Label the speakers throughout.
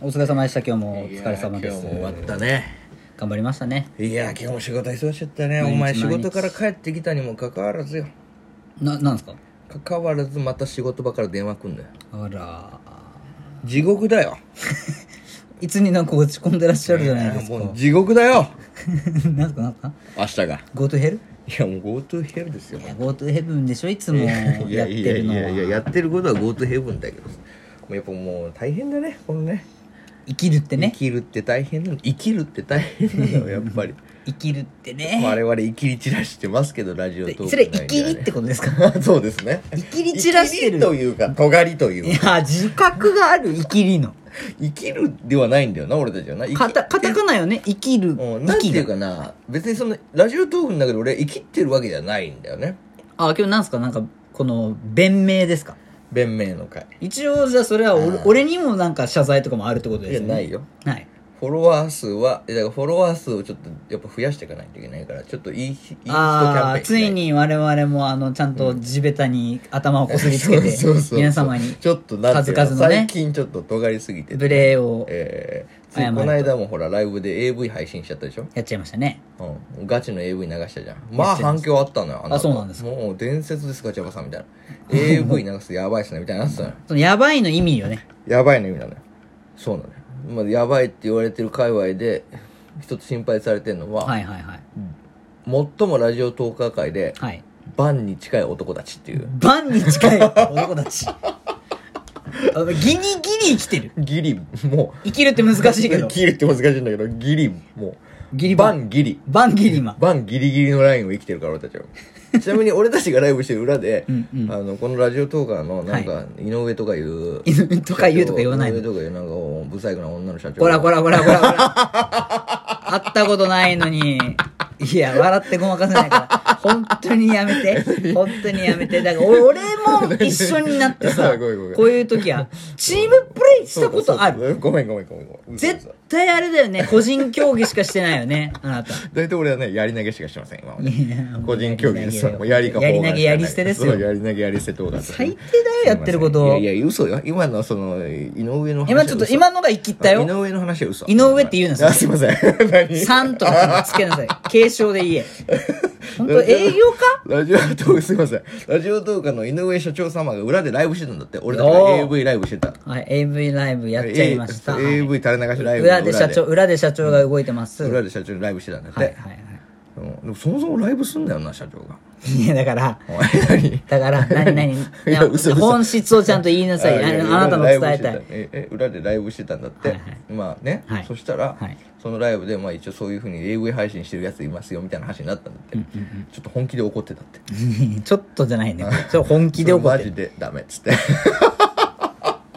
Speaker 1: お疲れ様でした今日もお疲れ様です
Speaker 2: いや今日も終わったね
Speaker 1: 頑張りましたね
Speaker 2: いや今日も仕事忙しかったね
Speaker 1: 毎日
Speaker 2: お前仕
Speaker 1: 毎日
Speaker 2: 事から帰ってきたにもかかわらずよ
Speaker 1: ななんですか
Speaker 2: かかわらずまた仕事場から電話くんだよ
Speaker 1: あら
Speaker 2: 地獄だよ
Speaker 1: いつになんか落ち込んでらっしゃるじゃないですか、
Speaker 2: もう地獄だよ
Speaker 1: なんすかなんすか
Speaker 2: 明日が
Speaker 1: Go to hell?
Speaker 2: いやもう GoTo ヘブですよ
Speaker 1: いや Go to heaven でしょいつもやっ
Speaker 2: い
Speaker 1: て
Speaker 2: や
Speaker 1: る
Speaker 2: い
Speaker 1: の
Speaker 2: やいや
Speaker 1: は
Speaker 2: やってることは GoTo ヘブンだけどさもうやっぱもう大変だねこのね
Speaker 1: 生きるって
Speaker 2: 生
Speaker 1: ね
Speaker 2: きるって大変なの生きるって大変なのやっ ぱり
Speaker 1: 生きるって
Speaker 2: 我
Speaker 1: ね
Speaker 2: 々生きり散らしてますけどラジオトーク
Speaker 1: それ生きりって
Speaker 2: こ
Speaker 1: ことですか
Speaker 2: と そうですね
Speaker 1: 生きり散らしてる
Speaker 2: 生きりというか尖りというか
Speaker 1: いや自覚がある生きりの
Speaker 2: 生きるではないんだよな俺たちはな生き
Speaker 1: カタカタカナよね生きる
Speaker 2: うん、
Speaker 1: 生
Speaker 2: なんて
Speaker 1: き
Speaker 2: いう
Speaker 1: る
Speaker 2: かな別にそのラジオトークの中で俺は生きってるわけじゃないんだよね
Speaker 1: あ今日なんすかなんかこの弁明ですか
Speaker 2: 弁明の会
Speaker 1: 一応じゃあそれは俺
Speaker 2: あー
Speaker 1: 俺にもなんか謝罪とかもあるってこと
Speaker 2: い
Speaker 1: で
Speaker 2: や
Speaker 1: すよ
Speaker 2: な
Speaker 1: ね
Speaker 2: いよ
Speaker 1: ない
Speaker 2: フォロワー数はえだからフォロワー数をちょっとやっぱ増やしていかないといけないからちょっといいいい人キャン
Speaker 1: あ
Speaker 2: ペ
Speaker 1: あ
Speaker 2: ーン
Speaker 1: ついに我々もあのちゃんと地べたに頭をこすりつけて
Speaker 2: そうそうそう
Speaker 1: 皆様に
Speaker 2: ちょっとなんていうの
Speaker 1: 数々のね
Speaker 2: 最近ちょっと尖りすぎて
Speaker 1: 無礼を
Speaker 2: えーつ
Speaker 1: 謝
Speaker 2: い
Speaker 1: ると
Speaker 2: この間もほらライブで AV 配信しちゃったでしょ
Speaker 1: やっちゃいましたね
Speaker 2: うん、ガチの AV 流したじゃんまあ反響あったのよた
Speaker 1: あそうなんですか
Speaker 2: もう伝説ですガチャバさんみたいな AV 流すやばいっすねみたいになってた のよ
Speaker 1: そのやばいの意味よね
Speaker 2: やばいの意味なのよそうなのよ、まあ、やばいって言われてる界隈で一つ心配されてるのは、
Speaker 1: はいはいはい
Speaker 2: 最もラジオトーカー界で
Speaker 1: はい
Speaker 2: バンに近い男たちっていう
Speaker 1: バンに近い 男たちあギリギリ生きてる
Speaker 2: ギリもう
Speaker 1: 生きるって難しいけど
Speaker 2: ギリって難しいんだけどギリもう
Speaker 1: ギリ
Speaker 2: バ
Speaker 1: バン
Speaker 2: ンギリ
Speaker 1: バンギリマ
Speaker 2: バンギリギリのラインを生きてるから俺 たちはちなみに俺たちがライブしてる裏で
Speaker 1: うんうん
Speaker 2: あのこのラジオトーカーのなんか井上とかいう
Speaker 1: 犬とか言うとか言わない
Speaker 2: 井上
Speaker 1: の
Speaker 2: とかいうなんかおブサイクな女の社長
Speaker 1: こらこらこらこらこら会ったことないのにいや笑ってごまかせないから本当にやめて本当にやめてだから俺も一緒になってさ
Speaker 2: ごめんごめん
Speaker 1: こういう時はチームプレイしたことある
Speaker 2: るごめんごめんごめんごめん嘘嘘
Speaker 1: 絶対あれだよね個人競技しかしてないよねあなた
Speaker 2: 大体俺はねやり投げしかしてません今まで
Speaker 1: いや
Speaker 2: 個人競技です
Speaker 1: やり投げよ
Speaker 2: もうやりか
Speaker 1: や
Speaker 2: 砲
Speaker 1: り
Speaker 2: 丸
Speaker 1: 投げ
Speaker 2: し
Speaker 1: や
Speaker 2: かない
Speaker 1: り捨てですよ
Speaker 2: そうやり投げやり捨て動画
Speaker 1: 最低だよやってること
Speaker 2: いやいや嘘よ今のその井上の話は
Speaker 1: 今ちょっと
Speaker 2: 嘘
Speaker 1: 今のが生きったよ
Speaker 2: 井上の話は嘘
Speaker 1: 井上って言うなそれ
Speaker 2: あすいません 何
Speaker 1: 3とかつけなさい継承で言え本当営業か
Speaker 2: ラジオトークすいませんラジオトークの井上社長様が裏でライブしてたんだって俺だか
Speaker 1: お
Speaker 2: ら
Speaker 1: ー
Speaker 2: AV ライブしてた
Speaker 1: はい、AV ライブやっちゃいました。
Speaker 2: えー AV 垂れ流しライブの
Speaker 1: 裏で社長、裏で社長が動いてます。
Speaker 2: 裏で社長にライブしてたんだって、
Speaker 1: はいはいは
Speaker 2: うんでもそもそもライブすんだよな社長が
Speaker 1: い。いや、だから、
Speaker 2: お前何
Speaker 1: だから、何々
Speaker 2: いや嘘嘘
Speaker 1: 本質をちゃんと言いなさい。あのあなたも伝えたい。
Speaker 2: ええ裏でライブしてたんだって、
Speaker 1: はいはい
Speaker 2: まあね、
Speaker 1: はい
Speaker 2: そしたら、
Speaker 1: はい
Speaker 2: そのライブで、まあ、一応そういうふうに AV 配信してるやついますよみたいな話になったんだって、ちょっと本気で怒ってたって
Speaker 1: ちょっとじゃないね。ちょっと本気で怒っ
Speaker 2: それ
Speaker 1: て
Speaker 2: マジ。でダメっつって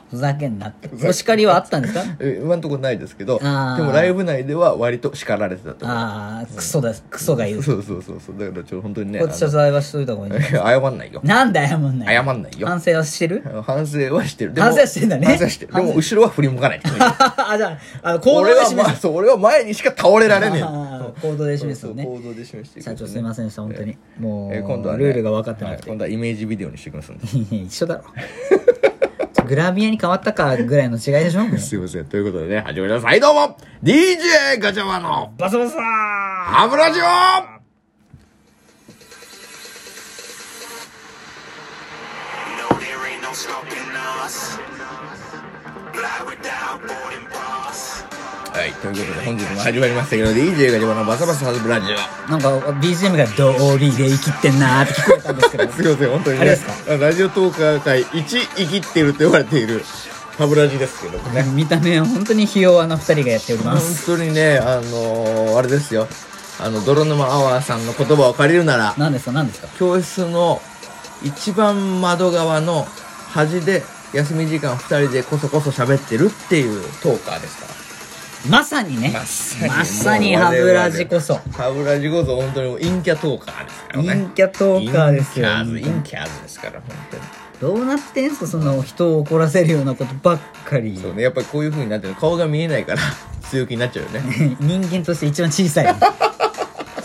Speaker 1: ふざけんなって。お叱りはあったんですか
Speaker 2: え今んとこないですけどで
Speaker 1: あー
Speaker 2: もライブ内では割と叱られてたと思う
Speaker 1: ああ、クソだ、クソが言う。こ
Speaker 2: そうそうそうそうだからちょっと本当にね
Speaker 1: っち謝罪はしといた方がいい
Speaker 2: あの。謝んないよ
Speaker 1: なんだ謝んない
Speaker 2: 謝んないよ
Speaker 1: 反省はしてる
Speaker 2: 反省はしてるでも
Speaker 1: 反省はしてんだね
Speaker 2: 反省はしてるでも後ろは振り向 かない
Speaker 1: あ、じゃあ、あの行動
Speaker 2: 俺
Speaker 1: で
Speaker 2: は
Speaker 1: 示
Speaker 2: まあ
Speaker 1: す。
Speaker 2: そう俺は前にしか倒れられねえ
Speaker 1: あー行動で示すのね
Speaker 2: そうそう行動で示していく
Speaker 1: 社長すいませんでした、本当に。もう、
Speaker 2: えー今度はね
Speaker 1: ルールが分かってなくて
Speaker 2: はい。今度はイメージビデオにしてきますんで
Speaker 1: いや一緒だろグラビアに変わったかぐらいの違いでしょもう
Speaker 2: すいませんということでね始めなさいどうも DJ ガチャマンの
Speaker 1: バサバサ
Speaker 2: ハブラジオはいということで本日も始まりましたけど DJ ガチャマンのバサバサハブラジ オ
Speaker 1: ーなんか BGM が「道理で生きてんな」って聞こえたんですけど
Speaker 2: すいません本当に
Speaker 1: あれ
Speaker 2: ね
Speaker 1: です
Speaker 2: ラジオトーカー界一生きってると言われているハブラジですけどもね
Speaker 1: 見た目は本当にひ弱な二人がやっておりま
Speaker 2: 本
Speaker 1: す
Speaker 2: 当にねあのー、あれですよあの泥沼アワーさんの言葉を借りるなら
Speaker 1: 何ですか何ですか
Speaker 2: 教室の一番窓側の端で休み時間二人でこそこそ喋ってるっていうトーカーですから
Speaker 1: まさにね
Speaker 2: まさに
Speaker 1: まさにハブラジこそ
Speaker 2: ハブラジこそ本当にもう陰キャトーカーですからね
Speaker 1: 陰キャトーカーですよ
Speaker 2: 陰キャーズ陰キャーズですから本当に
Speaker 1: どうなってんすかその人を怒らせるようなことばっかり
Speaker 2: そうねやっぱりこういう 風になってる顔が見えないから強気になっちゃうよね
Speaker 1: 人間として一番小さい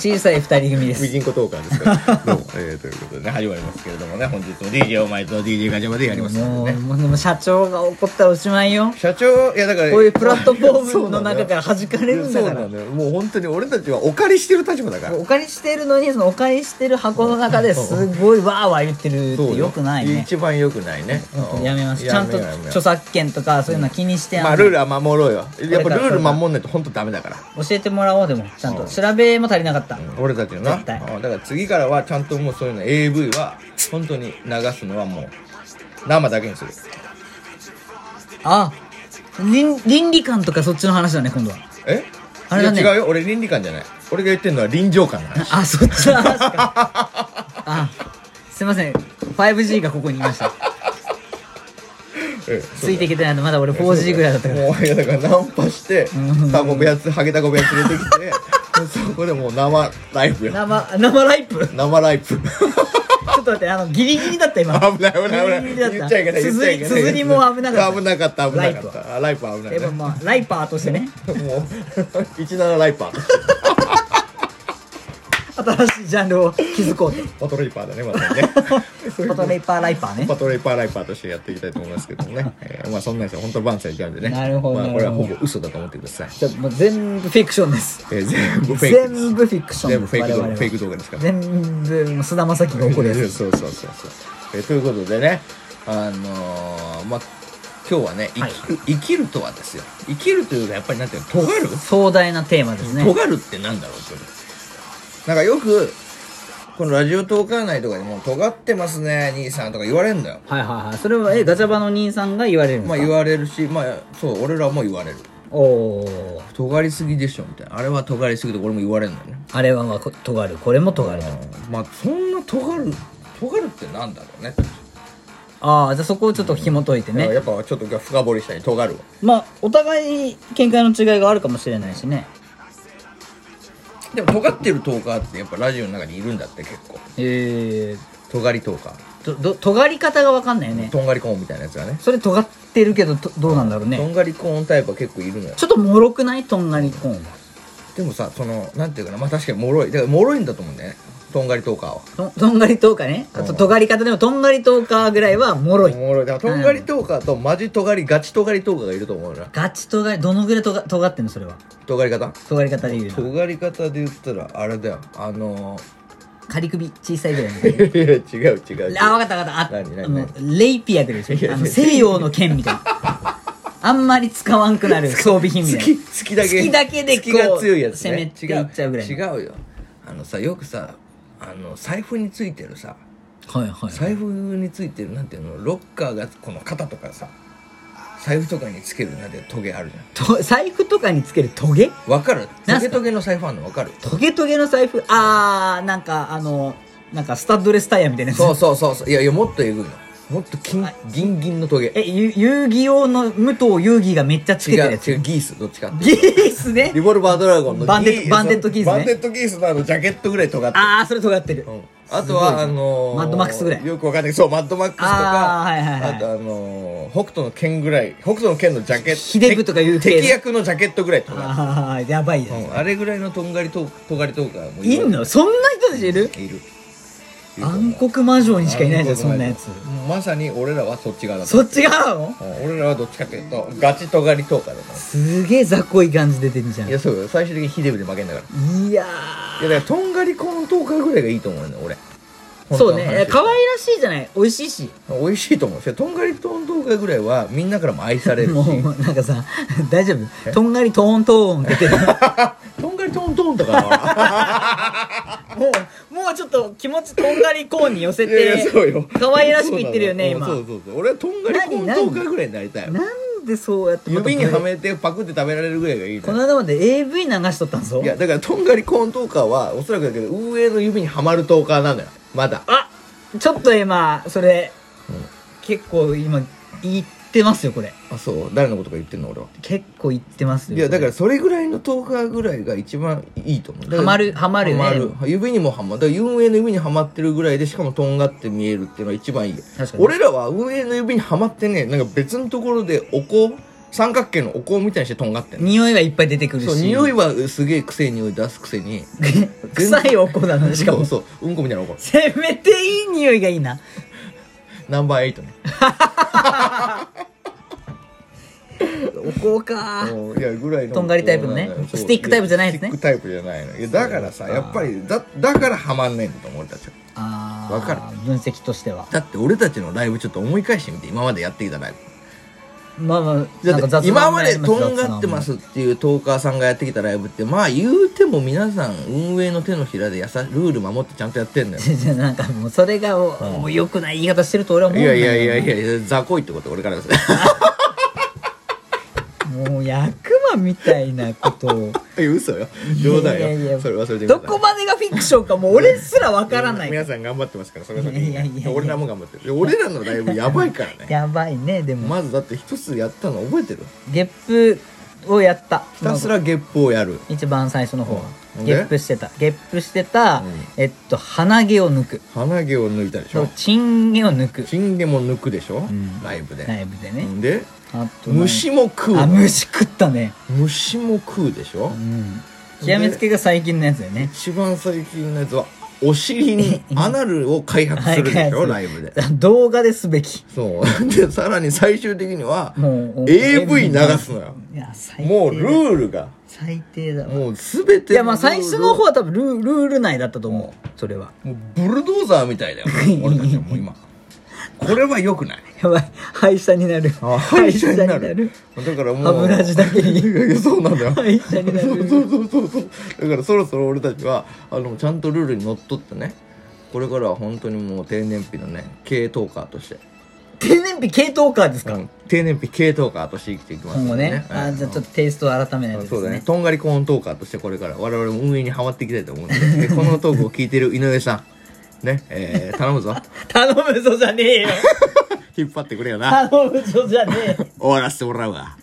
Speaker 1: 小さい二人組で
Speaker 2: ミ
Speaker 1: す。
Speaker 2: ジンコトーカーです から。どうも、えーということでね、始まりますけれどもね、本日も DJ お前と DJ ガチャまでやりますの
Speaker 1: も
Speaker 2: で
Speaker 1: う、
Speaker 2: ね。
Speaker 1: もうでも社長が怒ったらおしまいよ。
Speaker 2: 社長、いやだから、
Speaker 1: こういうプラットフォー
Speaker 2: そ
Speaker 1: ム
Speaker 2: う
Speaker 1: の
Speaker 2: なんだよ
Speaker 1: 中から弾かれるんだか
Speaker 2: そう
Speaker 1: ら
Speaker 2: な。のよ。もう本当に俺たちはお借りしてる立場だから。
Speaker 1: お借りしてるのに、そのお借りしてる箱の中ですごいわーわー言ってるってよくないね。
Speaker 2: 一番よくないね。うん
Speaker 1: やめます。ちゃんと
Speaker 2: やめようやめよう
Speaker 1: 著作権とかそういうのは気にして、
Speaker 2: まあ、ルールは守ろうよ。やっぱルール守んないと本当ダメだから。
Speaker 1: 教えてもらおうでも、ちゃんと。調べも足りなかった。
Speaker 2: 俺たちのな。うん
Speaker 1: 絶対
Speaker 2: だから次からはちゃんともうそういうの AV は本当に流すのはもう生だけにする。
Speaker 1: あ、倫倫理観とかそっちの話だね、今度は。
Speaker 2: え
Speaker 1: あれだね
Speaker 2: いや違うよ。俺倫理観じゃない。俺が言ってるのは臨場感の 話。
Speaker 1: あ、そっちの話 か。あ、すいません。5G がここにいました。
Speaker 2: ええ
Speaker 1: ついていけてないのまだ俺 4G ぐらいだったから。
Speaker 2: もういやだからナンパしてタコ部屋つハゲタコ部屋連れて きてそこでもう生ライブよ
Speaker 1: 生、生ライプ ちょ
Speaker 2: 生ライブ
Speaker 1: っと待って、あの、ギリギリだった今。
Speaker 2: 危ない危ない
Speaker 1: ギリギ
Speaker 2: 危
Speaker 1: リだ
Speaker 2: な
Speaker 1: った
Speaker 2: い言っちゃいけない言っちゃいけない
Speaker 1: すずりすずりも危なかった
Speaker 2: 危なかった危な
Speaker 1: ライプ
Speaker 2: かったライパー危な
Speaker 1: で
Speaker 2: いね
Speaker 1: もまあ、ライパーとしてね、
Speaker 2: もう17ライパー
Speaker 1: 新しいジャンルを築こうと。
Speaker 2: パトレイパーだねまた ね そういう
Speaker 1: パトレイパーライパーね
Speaker 2: パ。トレイパーライパーとしてやっていきたいと思いますけどもね、えーまあそんなやつは本当万歳違うんでね
Speaker 1: なるほど
Speaker 2: まあ、これはほぼ嘘だと思ってください、
Speaker 1: ちょっともう全部フィクションです。
Speaker 2: えー全部フェイクです
Speaker 1: 全部フィクションです。
Speaker 2: 全部フェイク
Speaker 1: 我
Speaker 2: 動
Speaker 1: 々
Speaker 2: 画
Speaker 1: は
Speaker 2: フェイク動画ですから
Speaker 1: 全部、もう菅田将暉が怒るやつ。
Speaker 2: そうそうそうそうえということでねあのーまあ今日はね生
Speaker 1: はい
Speaker 2: きる、生きるとはですよ生きるというかやっぱりなんていうの尖る、
Speaker 1: 壮大なテーマですね。
Speaker 2: 尖るってなんだろうってなんかよくこのラジオトーカー内とかにも「尖ってますね兄さん」とか言われるんだよ
Speaker 1: はいはいはい。それは、え、ガチャバの兄さんが言われるんです
Speaker 2: ま
Speaker 1: か、
Speaker 2: あ言われるしまあそう俺らも言われる
Speaker 1: おー。
Speaker 2: 尖りすぎでしょみたいなあれは尖りすぎて俺も言われるんだよね
Speaker 1: あれはまあ、こ尖る。これも尖ると。
Speaker 2: まあそんな尖る尖るってなんだろうね
Speaker 1: ああ、じゃあそこをちょっと紐解いてね。
Speaker 2: やっぱちょっと深掘りしたい尖るわ
Speaker 1: まあ、お互い見解の違いがあるかもしれないしね。
Speaker 2: でも尖ってるトーカーってやっぱラジオの中にいるんだって結構
Speaker 1: えー、
Speaker 2: 尖りトーカー
Speaker 1: ど、ど、尖り方がわかんないよね。
Speaker 2: とんがりコーンみたいなやつがね
Speaker 1: それ尖ってるけど、とどうなんだろう
Speaker 2: と
Speaker 1: ね。
Speaker 2: んがりコーンタイプは結構いるのよ
Speaker 1: ちょっと脆くないとんがりコーンは。
Speaker 2: でもさそのなんていうかなまあ確かに脆いだから脆いんだと思うんだよねとんがりトーカーは
Speaker 1: ととんがりとうかね。あと、尖り方でも、とんがりとうかぐらいは、脆い。
Speaker 2: 脆いだからとんがりトーカーとマジとがりガチとがりトーカーがいると思うな
Speaker 1: ガチとがり、どのぐらいとが尖ってんのそれは。
Speaker 2: とがり方
Speaker 1: 尖り方で言う
Speaker 2: と
Speaker 1: の。
Speaker 2: がり方で言ったらあれだよあの
Speaker 1: 仮首小さいぐらいの。
Speaker 2: ー、いやいや 違う違う違う
Speaker 1: あ、わかったわかった。あ
Speaker 2: 何何
Speaker 1: あの、レイピアぐらいですよ。あの、西洋の剣みたいな。あんまり使わんくなる装備品み
Speaker 2: 好
Speaker 1: たい
Speaker 2: き
Speaker 1: な。
Speaker 2: 好きだけ
Speaker 1: 好きだけで
Speaker 2: 好きが強いやつ、ね、
Speaker 1: こう攻めていっちゃうぐらい
Speaker 2: 違う違うよあのさよくさあの財布についてるさ
Speaker 1: はいはい。
Speaker 2: 財布についてるなんていうのロッカーがこの肩とかさ財布とかにつけるなんてトゲあるじゃ
Speaker 1: と財布とかにつけるトゲ
Speaker 2: んわかる
Speaker 1: な
Speaker 2: ト
Speaker 1: んす
Speaker 2: ゲ
Speaker 1: か
Speaker 2: トゲの財布あんのわかる
Speaker 1: トゲトゲの財布あー、なんかあの、なんかスタッドレスタイヤみたいなやつ。
Speaker 2: そうそうそうそういやいやもっとえぐいのもっと金ギンギンのトゲ
Speaker 1: え、ゆ遊戯王の武藤遊戯がめっちゃつけ
Speaker 2: 違
Speaker 1: て
Speaker 2: う
Speaker 1: るやつ。
Speaker 2: 違うギースどっちかって
Speaker 1: ギース ね
Speaker 2: リ。ボルバードラゴンの
Speaker 1: バンデッド
Speaker 2: ギ
Speaker 1: バンデッドギースね
Speaker 2: バンデッドギースのあのジャケットぐらい尖ってる
Speaker 1: あー、それ尖ってる
Speaker 2: う。んあとは、あのー
Speaker 1: マッドマックスぐらい
Speaker 2: よくわかんないそうマッドマックスとか
Speaker 1: あーはいはいはい
Speaker 2: あとあのー北斗の剣ぐらい北斗の剣のジャケット
Speaker 1: ひでぶとかいう系の
Speaker 2: 敵役のジャケットぐらいとか
Speaker 1: あー、やばいや
Speaker 2: う
Speaker 1: つ。
Speaker 2: んあれぐらいのとんがりととがりとかも
Speaker 1: いんのそんな人たちいる
Speaker 2: いる
Speaker 1: 暗黒魔女にしかいないじゃん、そんなやつ。
Speaker 2: もうまさに俺らはそっち側だと
Speaker 1: そっち側なの
Speaker 2: うん俺らはどっちかというとガチとがりとかだか
Speaker 1: すげえ雑魚い感じ出てるじゃん
Speaker 2: らい
Speaker 1: いや
Speaker 2: やそうよ最終的にヒデブで負けんだからい
Speaker 1: ー
Speaker 2: やだからとんがりコーントーカーぐらいがいいと思うね俺
Speaker 1: そうねいや可
Speaker 2: い
Speaker 1: 愛らしいじゃない美味しいし
Speaker 2: 美味しいと思うそれとんがりコーントーカーぐらいはみんなからも愛される
Speaker 1: も
Speaker 2: し
Speaker 1: うなんかさ 大丈夫とんがりトーントーンって言ってる
Speaker 2: とんがりトントンとかは
Speaker 1: もうもうちょっと気持ちとんがりコーンに寄せ
Speaker 2: いやい
Speaker 1: て
Speaker 2: やそうよ
Speaker 1: 可愛らしく言ってるよね
Speaker 2: そう
Speaker 1: 今
Speaker 2: なのうんそうそうそう俺はとんがりコーントーカーぐらいになりたい
Speaker 1: なんでそうやってまた
Speaker 2: 指にはめてパクって食べられるぐらいがいいね
Speaker 1: この間まで AV 流しとったんぞ
Speaker 2: いやだからとんがりコーントーカーはおそらくだけど上の指にはまるトーカーなのよまだ
Speaker 1: あちょっと今それ、結構今言ってますよこれ
Speaker 2: あそう誰のことか言ってんの俺は
Speaker 1: 結構言ってますよ
Speaker 2: いやだかららそれぐらいのトーカーぐらいが一番いいと思うだから
Speaker 1: はまるはまるよね
Speaker 2: はまる指にもはまるだから運営の指にはまってるぐらいでしかもとんがって見えるっていうのが一番いいよ
Speaker 1: 確かに
Speaker 2: 俺らは運営の指にはまってねなんか別のところでおこ三角形のお香みたいにしてとんがってんの
Speaker 1: 匂いはいっぱい出てくるし。
Speaker 2: そう匂いはすげえ臭い匂い出すくせに
Speaker 1: 臭いおこだ な、しかも。
Speaker 2: そうそううんこみたいなお香
Speaker 1: せめていい匂いがいいな。
Speaker 2: ナンバーエイトね
Speaker 1: お香か。
Speaker 2: うんいやぐらいの
Speaker 1: とんがりタイプのね
Speaker 2: そう
Speaker 1: スティックタイプじゃないですね
Speaker 2: スティックタイプじゃないのいやだからさやっぱりだだからハマんないんだと思う俺たちは
Speaker 1: あー
Speaker 2: わかる
Speaker 1: 分析としては。
Speaker 2: だって俺たちのライブちょっと思い返してみて今までやってきたライブ
Speaker 1: まあまあ、なんか
Speaker 2: だっ
Speaker 1: 雑
Speaker 2: て
Speaker 1: 談
Speaker 2: 今
Speaker 1: も
Speaker 2: ま
Speaker 1: や
Speaker 2: で
Speaker 1: り
Speaker 2: とんがってま。
Speaker 1: 雑
Speaker 2: すっていうトーカーさんがやってきたライブってまあ言うても皆さん運営の手のひらでやさルール守ってちゃんとやっ てんだよ
Speaker 1: 談も じゃあなんかもうそれがおもう良くない言い方してると俺は思
Speaker 2: い
Speaker 1: うんだ
Speaker 2: や
Speaker 1: よ
Speaker 2: いやいや
Speaker 1: や
Speaker 2: いやいや雑魚いってこと俺か らですね
Speaker 1: もう役魔みたいなことを
Speaker 2: いや嘘よ冗談
Speaker 1: いやいやい
Speaker 2: よ
Speaker 1: や
Speaker 2: それ忘れてくださ
Speaker 1: ど
Speaker 2: い
Speaker 1: こまでがフィクションかもう俺すらわからない
Speaker 2: 皆さん頑張ってますからそれはそれ
Speaker 1: いやいやいやいや
Speaker 2: 俺らも頑張ってる俺らのライブやばいからね
Speaker 1: やばいねでも
Speaker 2: まずだって一つやったの覚えてる
Speaker 1: ゲップをやった
Speaker 2: ひたすらゲップをやる
Speaker 1: 一番最初の方
Speaker 2: うんで
Speaker 1: ゲップしてたゲップしてた、
Speaker 2: うん
Speaker 1: えっと鼻毛を抜く
Speaker 2: 鼻毛を抜いたでし
Speaker 1: そ
Speaker 2: ょ
Speaker 1: うチン毛を抜く
Speaker 2: チンゲも抜くでしょ、
Speaker 1: ん
Speaker 2: ライブで、
Speaker 1: ライブでね、
Speaker 2: で
Speaker 1: あとなん
Speaker 2: 虫も食う
Speaker 1: あ
Speaker 2: の
Speaker 1: 虫食ったね
Speaker 2: 虫も食うでしょ、
Speaker 1: うん極めつけが最近のやつだよね
Speaker 2: 一番最近のやつはお尻 にアナルを開発するでしょライブで
Speaker 1: 動画ですべき
Speaker 2: そう でさらに最終的には
Speaker 1: もう
Speaker 2: AV 流すのよ
Speaker 1: いや最低
Speaker 2: もうルールが
Speaker 1: 最低だわ
Speaker 2: もう全
Speaker 1: い
Speaker 2: てい
Speaker 1: やまあ最初の方は多分ルールール内だったと思うそれは
Speaker 2: もうブルドーザーみたいだよ俺たちは もう今これは良くない
Speaker 1: やばい 敗者になる
Speaker 2: 廃車になるだからもう
Speaker 1: 油地だけに
Speaker 2: いやいやそうなんだよ
Speaker 1: 廃車にな
Speaker 2: そ
Speaker 1: る
Speaker 2: うそうそうそうそうだからそろそろ俺たちはあのちゃんとルールにのっとってねこれからは本当にもう低燃費のね経営トーカーとして、
Speaker 1: 低燃費系統カーですか、
Speaker 2: うん低燃費経営トーカーとして生きていきます
Speaker 1: 今後
Speaker 2: んで
Speaker 1: ね、あじゃあちょっ
Speaker 2: と
Speaker 1: とテイストを改めないとで
Speaker 2: そう
Speaker 1: す
Speaker 2: だね
Speaker 1: ね
Speaker 2: とんがりコーントーカーとしてこれから我々も運営にはまっていきたいと思うんででこのトークを聞いてる井上さんねえー頼むぞ
Speaker 1: 頼 むぞじゃねえよ
Speaker 2: 引っ張ってくれよな
Speaker 1: 頼むぞじゃねえ
Speaker 2: 終わらせてもらうわ